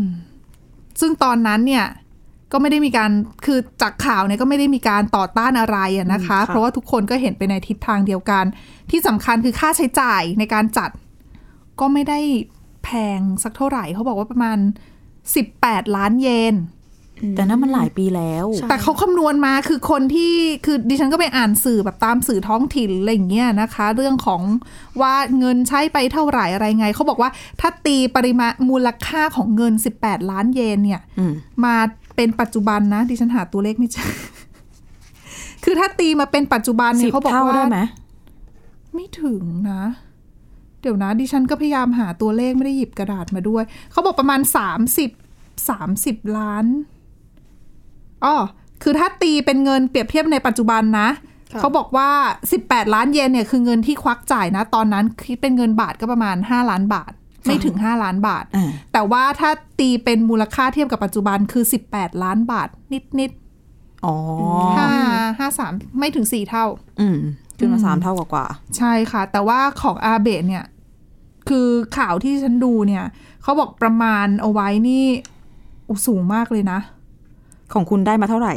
[SPEAKER 3] ซึ่งตอนนั้นเนี่ย ก็ไม่ได้มีการคือจากข่าวเนี่ยก็ไม่ได้มีการต่อต้านอะไรอะนะคะ
[SPEAKER 4] อืมค่ะ
[SPEAKER 3] เพราะว่าทุกคนก็เห็นไปในทิศทางเดียวกัน ที่สำคัญคือค่าใช้จ่ายในการจัด ก็ไม่ได้แพงสักเท่าไหร่ เขาบอกว่าประมาณ 18 ล้านเยน
[SPEAKER 2] แต่นั้นมันหลายปีแล้ว
[SPEAKER 4] ใช่
[SPEAKER 3] แต่เขาคำนวณมาคือคนที่คือดิฉันก็ไปอ่านสื่อแบบตามสื่อท้องถิ่นอะไรอย่างเงี้ยนะคะ เรื่องของว่าเงินใช้ไปเท่าไหร่อะไรไงเขาบอกว่าถ้าตีปริมาณมูลค่าของเงิน 18 ล้านเยนเนี่ย
[SPEAKER 2] อืม
[SPEAKER 3] มาเป็นปัจจุบันนะดิฉันหาตัวเลขไม่เจอ คือถ้าตีมาเป็นปัจจุบัน
[SPEAKER 2] สิ
[SPEAKER 3] เนี่
[SPEAKER 2] บ
[SPEAKER 3] ยเขาบอก
[SPEAKER 2] เท่า
[SPEAKER 3] ว่า
[SPEAKER 2] ได้ไหม
[SPEAKER 3] ไม่ถึงนะ เดี๋ยวนะดิฉันก็พยายามหาตัวเลขไม่ได้หยิบกระดาษมาด้วย เขาบอกประมาณ 30 30 ล้านอ๋อคือถ้าตีเป็นเงินเปรียบเทียบในปัจจุบันนะ
[SPEAKER 4] ค่ะ
[SPEAKER 3] เขาบอกว่า 18 ล้านเยนเนี่ยคือเงินที่ควักจ่ายนะ ตอนนั้นคิดเป็นเงินบาทก็ประมาณ 5 ล้านบาท ไม่ถึง 5 ล้านบาท
[SPEAKER 2] อ่า
[SPEAKER 3] แต่ว่าถ้าตีเป็นมูลค่าเทียบกับปัจจุบันคือ 18 ล้านบาท นิดนิด
[SPEAKER 2] อ๋อ
[SPEAKER 3] ๆห้าห้าสามไม่ถึง 4 เท่า
[SPEAKER 2] อืมขึ้นมาสามเท่ากว่ากว่า
[SPEAKER 3] ใช่ค่ะ แต่ว่าของอาเบะเนี่ย คือข่าวที่ฉันดูเนี่ย เขาบอกประมาณเอาไว้นี่อุยสูงมากเลยนะ
[SPEAKER 2] ของคุณได้มาเท่าไหร่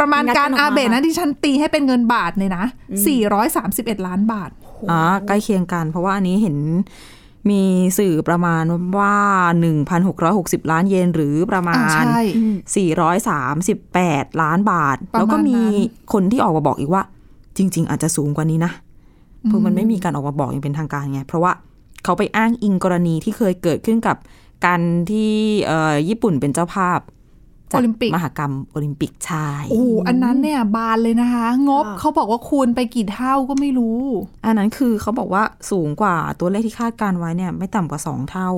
[SPEAKER 3] ประมาณ
[SPEAKER 4] งัด
[SPEAKER 3] กา
[SPEAKER 4] กั
[SPEAKER 3] ร
[SPEAKER 4] นออกมา
[SPEAKER 3] อาเบะนะที่ฉันตีให้เป็นเงินบาทเลยนะ431 ล้านบาท
[SPEAKER 2] อ่าใกล้เคียงกัน เพราะว่าอันนี้เห็นมีสื่อประมาณว่า 1,660 ล้านเยนหรือประมา
[SPEAKER 3] อ่า
[SPEAKER 2] ณ
[SPEAKER 3] ใช่
[SPEAKER 4] อืม
[SPEAKER 2] 438 ล้านบาท
[SPEAKER 3] ประมาณนั้น
[SPEAKER 2] แล้วก็มีคนที่ออกมาบอกอีกว่า จริง ๆ อาจจะสูงกว่านี้นะเพราะมันไม่มีการออกมาบอกอย่างเป็นทางการไง เพราะว่าเขาไปอ้างอิงกรณีที่เคยเกิดขึ้นกับการที่เอ่อญี่ปุ่นเป็นเจ้าภาพจั
[SPEAKER 3] โอ
[SPEAKER 2] ด
[SPEAKER 3] ลิมปิก
[SPEAKER 2] มหกรรมโอลิมปิกชาย
[SPEAKER 3] โอ้โหอันนั้นเนี่ย บานเลยนะคะ งบ
[SPEAKER 4] ค่ะ
[SPEAKER 3] เขาบอกว่าคูณไปกี่เท่าก็ไม่รู้
[SPEAKER 2] อันนั้นคือเขาบอกว่าสูงกว่าตัวเลขที่คาดการไว้เนี่ย ไม่ต่ำกว่าสองเท่า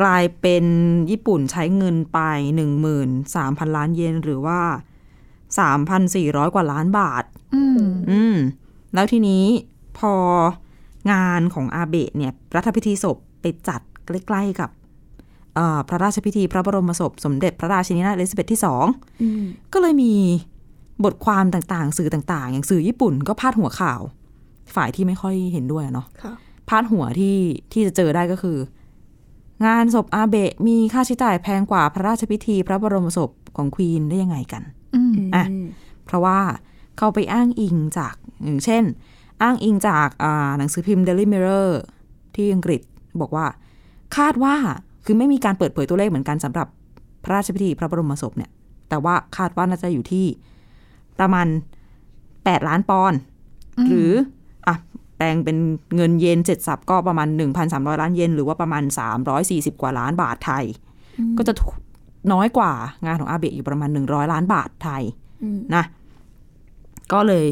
[SPEAKER 2] กลายเป็นญี่ปุ่นใช้เงินไปหนึ่งหมื่นสามพันล้านเยนหรือว่าสามพันสี่ร้อยกว่าล้านบาท
[SPEAKER 3] อืม
[SPEAKER 2] อืม แล้วทีนี้พองานของอาเบะเนี่ยรัฐพิธีศพไปจัดใกล้ๆกับเอ่อพระราชพิธีพระบรมศพสมเด็จพระราชินีนาถเอลิซาเบธที่สอง
[SPEAKER 4] อืม
[SPEAKER 2] ก็เลยมีบทความต่างๆ สื่อต่างๆ อย่างสื่อญี่ปุ่นก็พาดหัวข่าว ฝ่ายที่ไม่ค่อยเห็นด้วยอะเนาะ
[SPEAKER 4] ค่ะ
[SPEAKER 2] พาดหัวที่ที่จะเจอได้ก็คือ งานศพอาเบะมีค่าใช้จ่ายแพงกว่าพระราชพิธีพระบรมศพของควีนได้ยังไงกัน
[SPEAKER 3] อืม
[SPEAKER 2] อ่ะ เพราะว่าเขาไปอ้างอิงจากอย่างเช่น อ้างอิงจากอ่าหนังสือพิมพ์ Daily Mirror ที่อังกฤษบอกว่า คาดว่าคือไม่มีการเปิดเผยตัวเลขเหมือนกันสำหรับพระราชพิธีพระบรมศพเนี่ย แต่ว่าคาดว่าน่าจะอยู่ที่ประมาณ 8 ล้านปอนด์หรืออ่ะแปลงเป็นเงินเยนเจ็ดสับก็ประมาณ 1,300 ล้านเยนหรือว่าประมาณ 340 กว่าล้านบาทไทย ก็จะถูกน้อยกว่างานของอาเบะอยู่ประมาณ 100 ล้านบาทไทย
[SPEAKER 4] อืม
[SPEAKER 2] นะ ก็เลย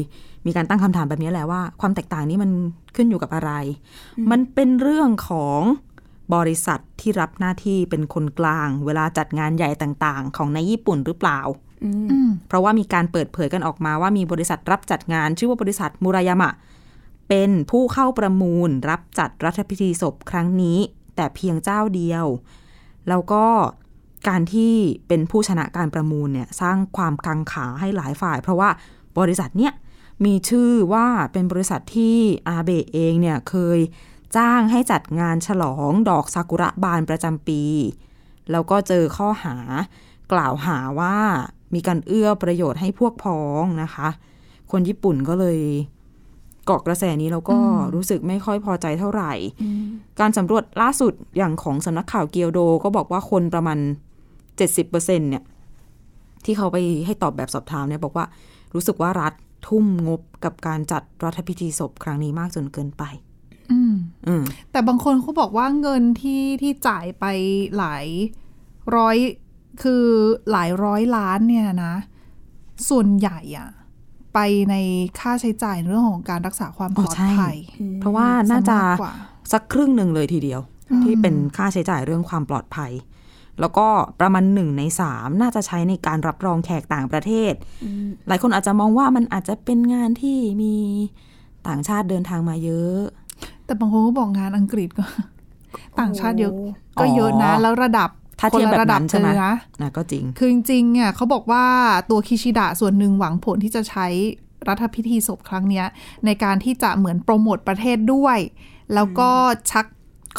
[SPEAKER 2] มีการตั้งคำถามแบบนี้แหละว่า ความแตกต่างนี้มันขึ้นอยู่กับอะไร มันเป็นเรื่องของบริษัทที่รับหน้าที่เป็นคนกลาง เวลาจัดงานใหญ่ต่างๆ ของในญี่ปุ่นหรือเปล่า
[SPEAKER 4] อืม
[SPEAKER 3] อืม
[SPEAKER 2] เพราะว่ามีการเปิดเผยกันออกมาว่ามีบริษัทรับจัดงาน ชื่อว่าบริษัทมูรายามะ เป็นผู้เข้าประมูล รับจัดรัฐพิธีศพครั้งนี้ แต่เพียงเจ้าเดียว แล้วก็การที่เป็นผู้ชนะการประมูลเนี่ยสร้างความกังขาให้หลายฝ่าย เพราะว่าบริษัทเนี่ย มีชื่อว่าเป็นบริษัทที่อาเบะเองเนี่ยเคยจ้างให้จัดงานฉลองดอกซากุระบานประจำปี แล้วก็เจอข้อหากล่าวหาว่ามีการเอื้อประโยชน์ให้พวกพ้องนะคะ คนญี่ปุ่นก็เลยเกาะกระแสนี้แล้วก็รู้สึกไม่ค่อยพอใจเท่าไหร่ การสำรวจล่าสุดอย่างของสำนักข่าวเกียวโดก็บอกว่าคนประมาณ 70%เนี่ย ที่เขาไปให้ตอบแบบสอบถามเนี่ยบอกว่ารู้สึกว่ารัฐทุ่มงบกับการจัดรัฐพิธีศพครั้งนี้มากจนเกินไป
[SPEAKER 3] อืม
[SPEAKER 2] อืม
[SPEAKER 3] แต่บางคนเขาบอกว่าเงินที่ที่จ่ายไปหลายร้อยคือหลายร้อยล้านเนี่ยนะ ส่วนใหญ่อะไปในค่าใช้จ่ายในเรื่องของการรักษาความป
[SPEAKER 2] อ๋อ
[SPEAKER 3] ลอด
[SPEAKER 2] ใช่
[SPEAKER 3] ภัย
[SPEAKER 2] เพราะว่าน่าจะ
[SPEAKER 3] ซมกกว่า
[SPEAKER 2] สักครึ่งหนึ่งเลยทีเดียว
[SPEAKER 3] อืม
[SPEAKER 2] ที่เป็นค่าใช้จ่ายเรื่องความปลอดภัย แล้วก็ประมาณหนึ่งในสามน่าจะใช้ในการรับรองแขกต่างประเทศ หลายคนอาจจะมองว่ามันอาจจะเป็นงานที่มีต่างชาติเดินทางมาเยอะ
[SPEAKER 3] แต่บางคนก็บอกงานอังกฤษก็ ต่างชาติเยอะก็เยอะนะ
[SPEAKER 2] อ๋อ
[SPEAKER 3] แล้วระดับ
[SPEAKER 2] ถ้าเทียบแบบนั้นใช่ไหม
[SPEAKER 3] คละระดับเลยนะ
[SPEAKER 2] นะก็จริง
[SPEAKER 3] คือจริงๆเนี่ยเขาบอกว่าตัวคิชิดะส่วนหนึ่งหวังผลที่จะใช้รัฐพิธีศพครั้งเนี้ยในการที่จะเหมือนโปรโมทประเทศด้วย แล้วก็ชัก
[SPEAKER 2] ค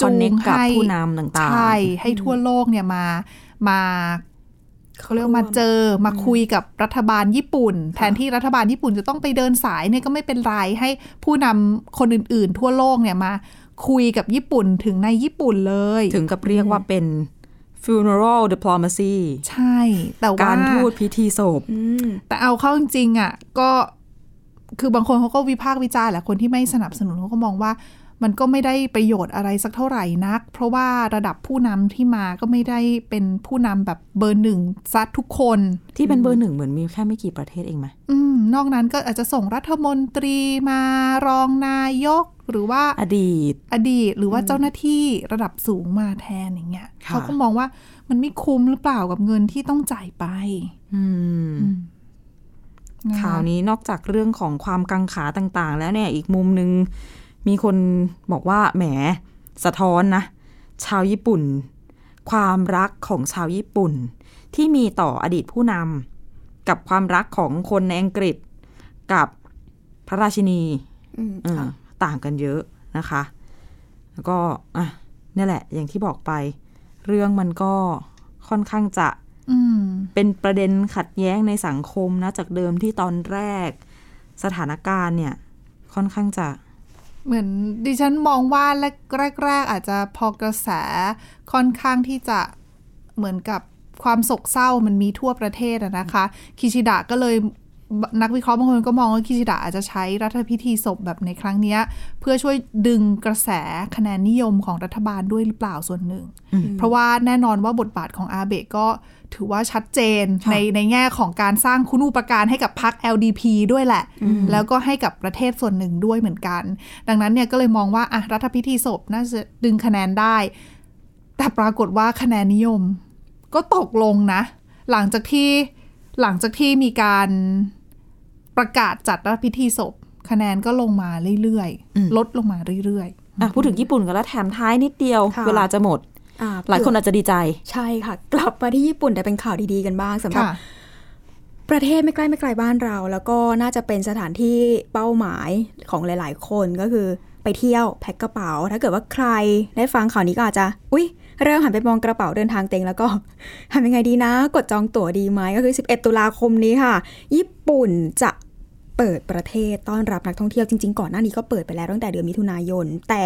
[SPEAKER 3] จู
[SPEAKER 2] อนเนค
[SPEAKER 3] ง
[SPEAKER 2] กับ
[SPEAKER 3] ให้
[SPEAKER 2] ผู้นำต่าง
[SPEAKER 3] ใช่ให้ทั่วโลกเนี่ยมามาเขาเรียกว่ามาเจอมาคุยกับรัฐบาลญี่ปุ่น แทนที่รัฐบาลญี่ปุ่นจะต้องไปเดินสายเนี่ยก็ไม่เป็นไรให้ผู้นำคนอื่นๆ ทั่วโลกเนี่ยมาคุยกับญี่ปุ่นถึงในญี่ปุ่นเลย
[SPEAKER 2] ๆ ถึงกับเรียกว่าเป็น funeral diplomacy
[SPEAKER 3] ใช่แต่ว่า
[SPEAKER 2] การทูตพิธีศพ
[SPEAKER 3] แต่เอาเข้าจริงๆอ่ะก็คือบางคนเขาก็วิพากษ์วิจารณ์แหละคนที่ไม่สนับสนุนเขาก็มองว่ามันก็ไม่ได้ประโยชน์อะไรสักเท่าไหร่นัก เพราะว่าระดับผู้นำที่มาก็ไม่ได้เป็นผู้นำแบบเบอร์หนึ่งซัดทุกคน
[SPEAKER 2] ที่เป็นเบอร์หนึ่งเหมือนมีแค่ไม่กี่ประเทศเองไหม
[SPEAKER 3] อืมนอกนั้นก็อาจจะส่งรัฐมนตรีมารองนายก หรือว่า
[SPEAKER 2] อดีต
[SPEAKER 3] อดีตหรือว่าเจ้าหน้าที่ระดับสูงมาแทนอย่างเงี้ย
[SPEAKER 2] ค่ะ
[SPEAKER 3] เขาก็มองว่ามันไม่คุ้มหรือเปล่ากับเงินที่ต้องจ่ายไป
[SPEAKER 2] อืม
[SPEAKER 3] นะคะ
[SPEAKER 2] ข่าวนี้นอกจากเรื่องของความกังขาต่างๆ แล้วเนี่ยอีกมุมหนึ่งมีคนบอกว่าแหมสะท้อนนะ ชาวญี่ปุ่น ความรักของชาวญี่ปุ่น ที่มีต่ออดีตผู้นำกับความรักของคนในอังกฤษกับพระราชินีเออต่างกันเยอะนะคะ แล้วก็อ่ะเนี่ยแหละอย่างที่บอกไป เรื่องมันก็ค่อนข้างจะ
[SPEAKER 3] อืม
[SPEAKER 2] เป็นประเด็นขัดแย้งในสังคมนะจากเดิมที่ตอนแรก สถานการณ์เนี่ย ค่อนข้างจะ
[SPEAKER 3] เหมือนดิฉันมองว่าแรกแรกๆอาจจะพอกระแสค่อนข้างที่จะเหมือนกับความโศกเศร้ามันมีทั่วประเทศอะนะคะ คิชิดะก็เลยนักวิเคราะห์บางคนก็มองว่าคิชิดะอาจจะใช้รัฐพิธีศพแบบในครั้งเนี้ย เพื่อช่วยดึงกระแสคะแนนนิยมของรัฐบาลด้วยหรือเปล่าส่วนหนึ่ง เพราะว่าแน่นอนว่าบทบาทของอาเบะก็ถือว่าชัดเจน
[SPEAKER 2] ค่ะ
[SPEAKER 3] ในในแง่ของการสร้างคุณูปการให้กับพรรค LDP ด้วยแหละ แล้วก็ให้กับประเทศส่วนหนึ่งด้วยเหมือนกัน ดังนั้นเนี่ยก็เลยมองว่าอ่ะรัฐพิธีศพน่าจะดึงคะแนนได้ แต่ปรากฏว่าคะแนนนิยม ก็ตกลงนะ หลังจากที่หลังจากที่มีการประกาศจัดรัฐพิธีศพ คะแนนก็ลงมาเรื่อย
[SPEAKER 2] อืม
[SPEAKER 3] ๆ ลดลงมาเรื่อย
[SPEAKER 2] อ่ะพูดถึงญี่ปุ่นกันแล้วแถมท้ายนิดเดียว
[SPEAKER 4] ค่ะ
[SPEAKER 2] เวลาจะหมด หลายคนอาจจะดีใจ
[SPEAKER 4] ใช่ค่ะ กลับมาที่ญี่ปุ่นแต่เป็นข่าวดีๆกันบ้างสำ
[SPEAKER 3] ๆ
[SPEAKER 4] หรับ
[SPEAKER 3] ค่ะ
[SPEAKER 4] ประเทศไม่ใกล้ไม่ไกลบ้านเรา แล้วก็น่าจะเป็นสถานที่เป้าหมายของหลาย ๆ คนก็คือไปเที่ยวแพ็คกระเป๋า ถ้าเกิดว่าใครได้ฟังข่าวนี้ก็อาจจะ อุ๊ย เริ่มหันไปมองกระเป๋าเดินทางเต็งแล้วก็ ทำยังไงดีนะ กดจองตั๋วดีไหมก็คือ 11 ตุลาคมนี้ค่ะ ญี่ปุ่นจะเปิดประเทศต้อนรับนักท่องเที่ยวจริง ๆ ก่อนหน้านี้ก็เปิดไปแล้วตั้งแต่เดือนมิถุนายน แต่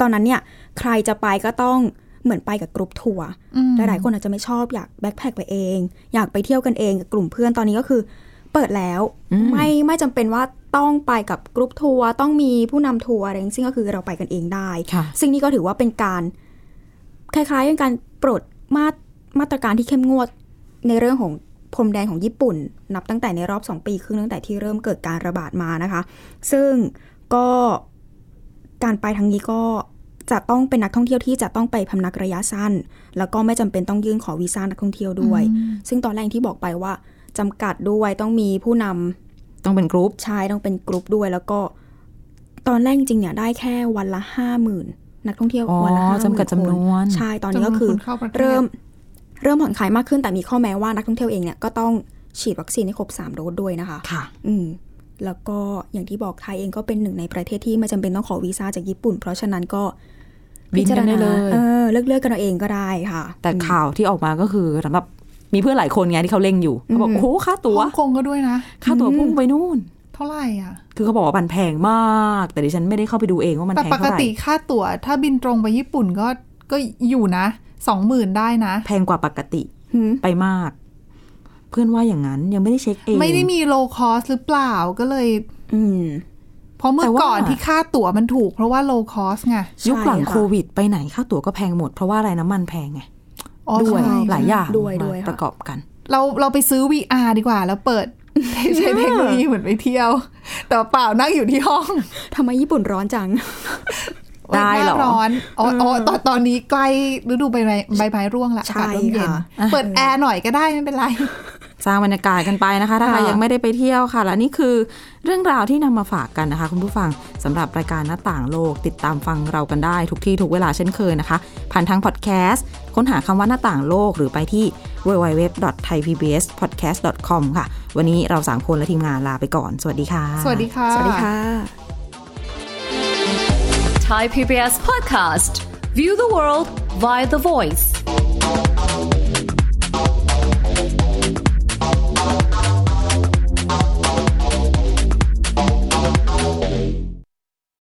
[SPEAKER 4] ตอนนั้นเนี่ยใครจะไปก็ต้องเหมือนไปกับกรุ๊ปทัวร์
[SPEAKER 3] อืม
[SPEAKER 4] หลายๆคนอาจจะไม่ชอบอยากแบ็คแพคไปเอง อยากไปเที่ยวกันเองกับกลุ่มเพื่อนตอนนี้ก็คือ เปิดแล้ว
[SPEAKER 2] อืม
[SPEAKER 4] ไม่ไม่จำเป็นว่าต้องไปกับกรุ๊ปทัวร์ต้องมีผู้นำทัวร์อะไรทั้งสิ้นก็คือเราไปกันเองได้
[SPEAKER 2] ค่ะ
[SPEAKER 4] ซึ่งนี่ก็ถือว่าเป็นการ คล้ายๆเป็นการปลดมาตรมาตรการที่เข้มงวดในเรื่องของพรมแดนของญี่ปุ่น นับตั้งแต่ในรอบ 2 ปีครึ่งตั้งแต่ที่เริ่มเกิดการระบาดมานะคะ ซึ่งก็การไปทางนี้ก็จะต้องเป็นนักท่องเที่ยวที่จะต้องไปพำนักระยะสั้น แล้วก็ไม่จำเป็นต้องยื่นขอวีซ่านักท่องเที่ยวด้วย
[SPEAKER 3] อืม
[SPEAKER 4] ซึ่งตอนแรกที่บอกไปว่าจำกัดด้วยต้องมีผู้นำ
[SPEAKER 2] ต้องเป็นกรุ๊ป
[SPEAKER 4] ใช่ต้องเป็นกรุ๊ปด้วยแล้วก็ตอนแรกจริงๆเนี่ยได้แค่วันละห้าหมื่นนักท่องเที่ยว
[SPEAKER 2] อ๋อ
[SPEAKER 4] วันละห้า
[SPEAKER 2] จำกัดจำนวน
[SPEAKER 4] ใช่ตอนนี้ก็คือ
[SPEAKER 3] จำนวนคนเข้าประเทศ
[SPEAKER 4] เริ่มเริ่มผ่อนคลายมากขึ้นแต่มีข้อแม้ว่านักท่องเที่ยวเองเนี่ยก็ต้องฉีดวัคซีนให้ครบสามโดสด้วยนะคะ
[SPEAKER 2] ค่ะ
[SPEAKER 4] อืม แล้วก็อย่างที่บอกไทยเองก็เป็นหนึ่งในประเทศที่ไม่จำเป็นต้องขอวีซ่าจากญี่ปุ่น เพราะฉะนั้นก็
[SPEAKER 2] บินกันได้เลย
[SPEAKER 4] เออเลิกเลิกๆกันเอาเองก็ได้ค่ะ
[SPEAKER 2] แต่ข่าวที่ออกมาก็คือสำหรับมีเพื่อนหลายคนไงที่เขาเล่งอยู่เขาบอก
[SPEAKER 4] อืม
[SPEAKER 2] โอ้โหค่าตัว๋ว
[SPEAKER 3] ฮ่องกงก็ด้วยนะ
[SPEAKER 2] ค่าตั๋วพุ่งไปนู่น
[SPEAKER 3] เท่าไหร่อ่ะ
[SPEAKER 2] คือเขาบอกว่ามันแพงมาก แต่ดิฉันไม่ได้เข้าไปดูเองว่ามัน
[SPEAKER 3] แต่
[SPEAKER 2] แพง
[SPEAKER 3] ปก
[SPEAKER 2] เท่าไหร่
[SPEAKER 3] ติค่าตั๋วถ้าบินตรงไปญี่ปุ่นก็ก็อยู่นะสองหมื่นได้นะ
[SPEAKER 2] แพงกว่าปกติ
[SPEAKER 4] หืม
[SPEAKER 2] ไปมาก เพื่อนว่าอย่างนั้นยังไม่ได้เช็คเอง
[SPEAKER 3] ไม่ได้มีโลคอสหรือเปล่าก็เลย
[SPEAKER 4] อืม
[SPEAKER 3] เพราะเมื่
[SPEAKER 2] แต่
[SPEAKER 3] อ
[SPEAKER 2] ว่า
[SPEAKER 3] ก่อนที่ค่าตั๋วมันถูก เพราะว่าโลคอสไง
[SPEAKER 2] ยุคหลัง
[SPEAKER 4] ใช่ค่ะ
[SPEAKER 2] โควิด ไปไหนค่าตั๋วก็แพงหมดเพราะว่าอะไรน้ำมันแพงไง
[SPEAKER 3] อ๋อ
[SPEAKER 2] ด้วย
[SPEAKER 3] ใช่
[SPEAKER 2] หลายอย่าง
[SPEAKER 4] ด้วยด้วย
[SPEAKER 2] มา
[SPEAKER 4] ค่ะ
[SPEAKER 2] ประกอบกัน
[SPEAKER 3] เราเราไปซื้อ VR ดีกว่า แล้วเปิด ใช้เทคโนโลยีเหมือนไปเที่ยว แต่เปล่านั่งอยู่ที่ห้อง
[SPEAKER 4] ทำไมญี่ปุ่นร้อนจัง
[SPEAKER 3] โอ๊ย
[SPEAKER 2] ได้เหรอ
[SPEAKER 3] น้าร้อนอ๋ออ๋อตอนตอนนี้ใกล้ฤดูใบไม้ใบไม้ร่วงละอา
[SPEAKER 4] ใช่
[SPEAKER 3] กาศเริ่มเย็น
[SPEAKER 4] ค่ะ
[SPEAKER 3] เปิดแอร์หน่อยก็ได้ไม่เป็นไร
[SPEAKER 2] สร้างบรรยากาศกันไปนะคะ ถ้าใคร
[SPEAKER 3] ค่ะ
[SPEAKER 2] ยังไม่ได้ไปเที่ยวค่ะ และนี่คือเรื่องราวที่นำมาฝากกันนะคะ คุณผู้ฟังสำหรับรายการหน้าต่างโลก ติดตามฟังเรากันได้ทุกที่ทุกเวลาเช่นเคยนะคะ ผ่านทางพอดแคสต์ค้นหาคำว่าหน้าต่างโลกหรือไปที่ www.thaipbspodcast.com ค่ะ วันนี้เราสามคนและทีมงานลาไปก่อน สวัสดีค่ะ
[SPEAKER 3] สวัสดีค่ะ
[SPEAKER 4] สวัสดีค่ะ
[SPEAKER 5] Thai PBS podcast. View the world via the voice.